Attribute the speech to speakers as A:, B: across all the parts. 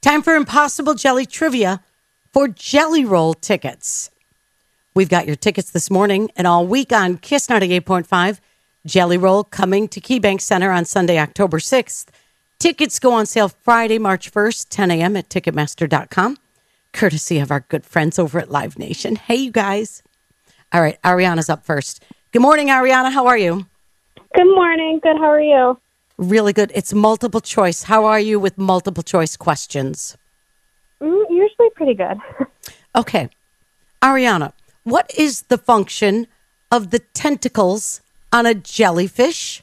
A: Time for Impossible Jelly Trivia for Jelly Roll tickets. We've got your tickets this morning and all week on Kiss 98.5. Jelly Roll coming to KeyBank Center on Sunday, October 6th. Tickets go on sale Friday, March 1st, 10 a.m. at Ticketmaster.com, courtesy of our good friends over at Live Nation. Hey, you guys. All right, Ariana's up first. Good morning, Ariana. How are you?
B: Good morning. Good. How are you?
A: Really good. It's multiple choice. How are you with multiple choice questions?
B: Mm, usually pretty good.
A: Okay. Ariana, what is the function of the tentacles on a jellyfish?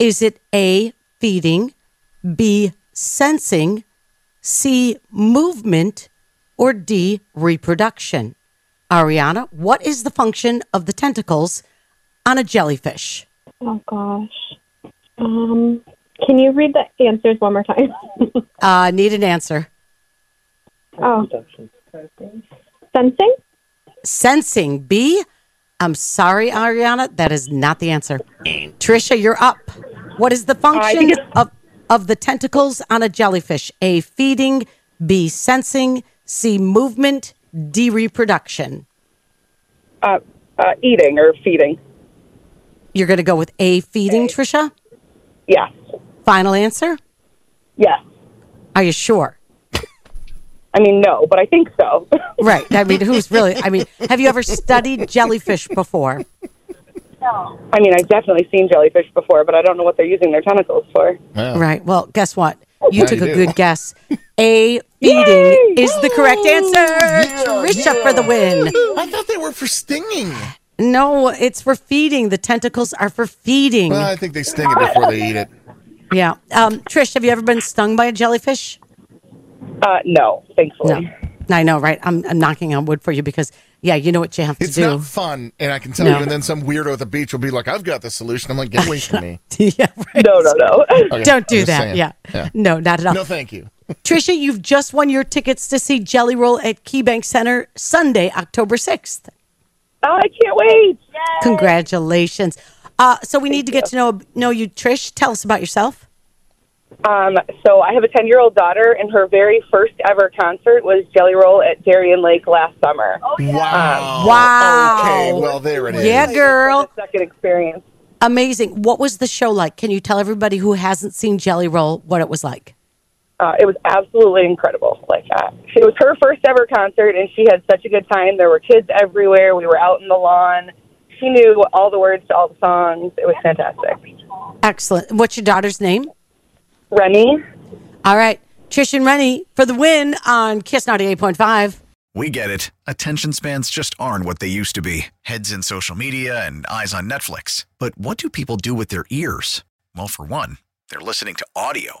A: Is it A, feeding, B, sensing, C, movement, or D, reproduction? Ariana, what is the function of the tentacles on a jellyfish?
B: Oh gosh. Um, can you read the answers one more time?
A: Uh, need an answer.
B: oh. Sensing.
A: Sensing, B. I'm sorry, Ariana, that is not the answer. Trisha, you're up. What is the function of, of the tentacles on a jellyfish? A, feeding, B, sensing, C, movement, D, reproduction.
C: uh, uh, eating or feeding.
A: You're going to go with A, feeding, Trisha?
C: Yes.
A: Final answer?
C: Yes.
A: Are you sure?
C: I mean, no, but I think so.
A: Right. I mean, who's really? I mean, have you ever studied jellyfish before?
C: I mean, I've definitely seen jellyfish before, but I don't know what they're using their tentacles for.
A: Right. Well, guess what? You
D: Now
A: took
D: Oh. you
A: a
D: do.
A: good guess. A feeding is the correct answer. Trisha for the win.
D: I thought they were for stinging.
A: No, it's for feeding. The tentacles are for feeding.
D: Well, I think they sting it before they eat it.
A: yeah. Um, Trish, have you ever been stung by a jellyfish?
C: Uh, no, thankfully.
A: I know, right? I'm, I'm knocking on wood for you because, yeah, you know what you have to
D: It's
A: do.
D: not fun, and I can tell
A: No.
D: you. And then some weirdo at the beach will be like, "I've got the solution." I'm like, "Get away from me!"
A: yeah, right.
C: No, no, no. Uh,
D: Okay,
A: Don't do
D: I'm just
A: that.
D: saying.
A: Yeah. No, not at all.
D: No, thank you.
A: Trisha, you've just won your tickets to see Jelly Roll at KeyBank Center Sunday, October 6th.
C: oh, I can't wait.
A: Congratulations. Uh, so we need to get to know know you, Trish. Tell us about yourself.
C: Um, so I have a 10 year old daughter, and her very first ever concert was Jelly Roll at Darien Lake last summer. Oh,
D: Wow.
A: Wow.
D: Okay. Well, there it is.
A: Yeah, girl.
C: Second experience.
A: Amazing. What was the show like? Can you tell everybody who hasn't seen Jelly Roll what it was like?
C: uh, it was absolutely incredible. Like uh, it was her first ever concert, and she had such a good time. There were kids everywhere. We were out in the lawn. She knew all the words to all the songs. It was fantastic.
A: Excellent. What's your daughter's name?
C: Remy,
A: All right. Trish and Rennie for the win on Kiss 98.5.
E: We get it. Attention spans just aren't what they used to be heads in social media and eyes on Netflix. But what do people do with their ears? Well, for one, they're listening to audio.